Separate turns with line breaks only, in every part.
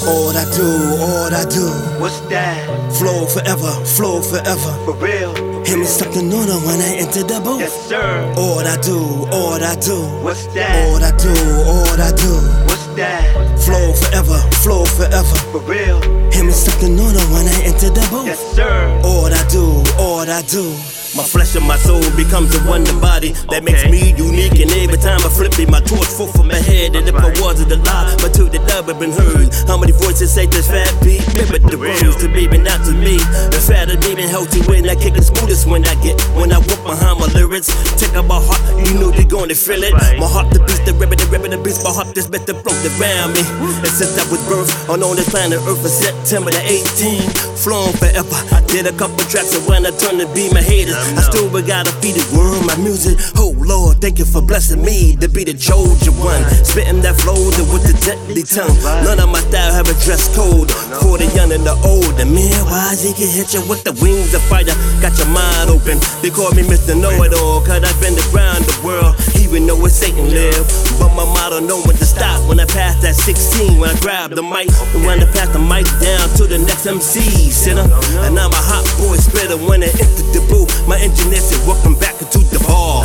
do all I do.
What's that?
Flow forever, flow forever.
For real?
Hit me something new when I enter the booth.
Yes, sir.
All I do, all I do.
What's that?
All I do, all I do.
What's that?
Flow forever, flow forever.
For real?
Hit me something new when I enter the
Yes,
booth.
sir.
All I do, all I do.
My flesh and my soul becomes a wonder body that makes
Okay.
me unique. And every time I flip it, my torch full from my head. And if I
Right.
wasn't alive, but to the dub have been heard. How many voices say this fat beat? But the roads to beaming out to me. The fatter beaming healthy when I kick the smoothest when I get. When I walk behind my lyrics, check out my heart, you know they gonna feel it. My heart the beast, the ribbon, the ribbon, the beast, my heart that's better broke around me. And since I was birthed on on this planet Earth for September the 18th, flown forever. I did a couple tracks and when I turned to be my haters, I still but gotta feed the world my music. Oh Lord, thank you for blessing me to be the Georgia one. Spitting that flow that with the deadly tongue. None of my style have a dress code for the young and the old. The man wise, he can hit you with the wings of fire. Got your mind open. They call me Mr. Know It All, cause I've been around the world, even though it's Satan live. But my motto know when to stop. When I pass that 16, when I grab the mic, and when I pass the mic down to the next MC, sinner. And I'm a hot boy splitter when I enter the booth. My engineer said, Welcome back to the ball.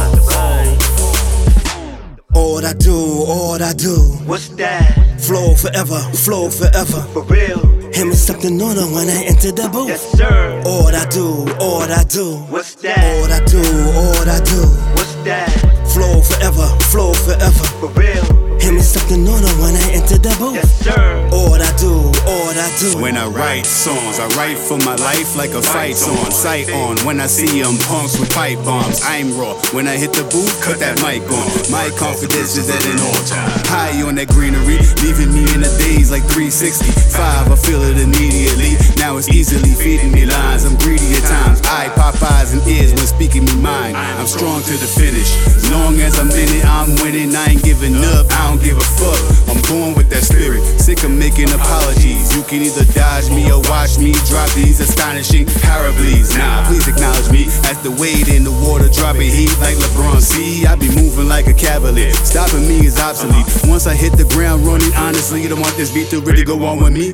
All I do, all I do.
What's that?
Flow forever, flow forever.
For real?
Hit me something new when I enter the
Yes,
booth.
sir.
All I do, all I do.
What's
All
that?
I do, all I do.
What's that?
Flow forever, flow forever.
For real?
Hit me something new when I enter the
Yes,
booth.
sir.
All I do, all I do.
When I write songs, I write for my life like a fight on, sight on. When I see 'em punks with pipe bombs, I'm raw. When I hit the booth, cut that mic on. My confidence is at an all time. High on that greenery, leaving me in the days like 365. I feel it immediately. Now it's easily feeding me lines. I'm greedy at times. I pop eyes and ears when speaking me mine. I'm strong to the finish. As long as I'm in it, I'm winning. I ain't giving up. I don't give a fuck. I'm born with that spirit. Sick of making apologies. You can either dodge me or watch me drop these astonishing parables. Nah, please acknowledge me as the weight in the water dropping heat like LeBron. See, I be moving like a cavalier. Stopping me is obsolete. Once I hit the ground running, honestly, you don't want this beat to really go on with me.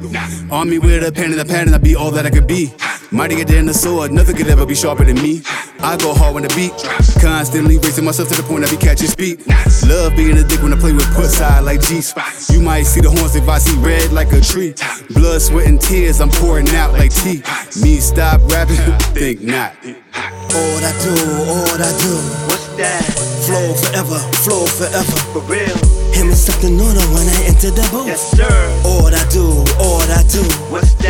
On me with a pen and a pattern, I be all that I could be. Mighty at the end of sword, nothing could ever be sharper than me. I go hard when the beat drops. Constantly racing myself to the point I be catching speed. Love being a dick when I play with puss side like G spots. You might see the horns if I see red like a tree. Blood, sweat, and tears I'm pouring out like tea. Me stop rapping, think not.
All I do, all I do.
What's that?
Flow forever, flow forever.
For real?
Hit me something new when I enter the
Yes,
booth.
sir.
All I do, all I do.
What's
All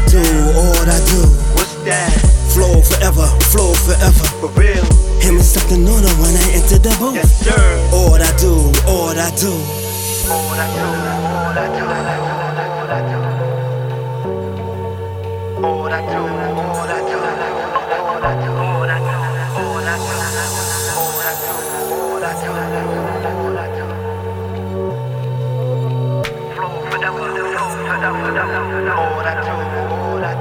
I do, all I do.
What's that?
Flow forever, flow forever.
For real?
Hit me something new when I enter the
Yes,
booth.
sir.
All I do, all I do.
All I do, all I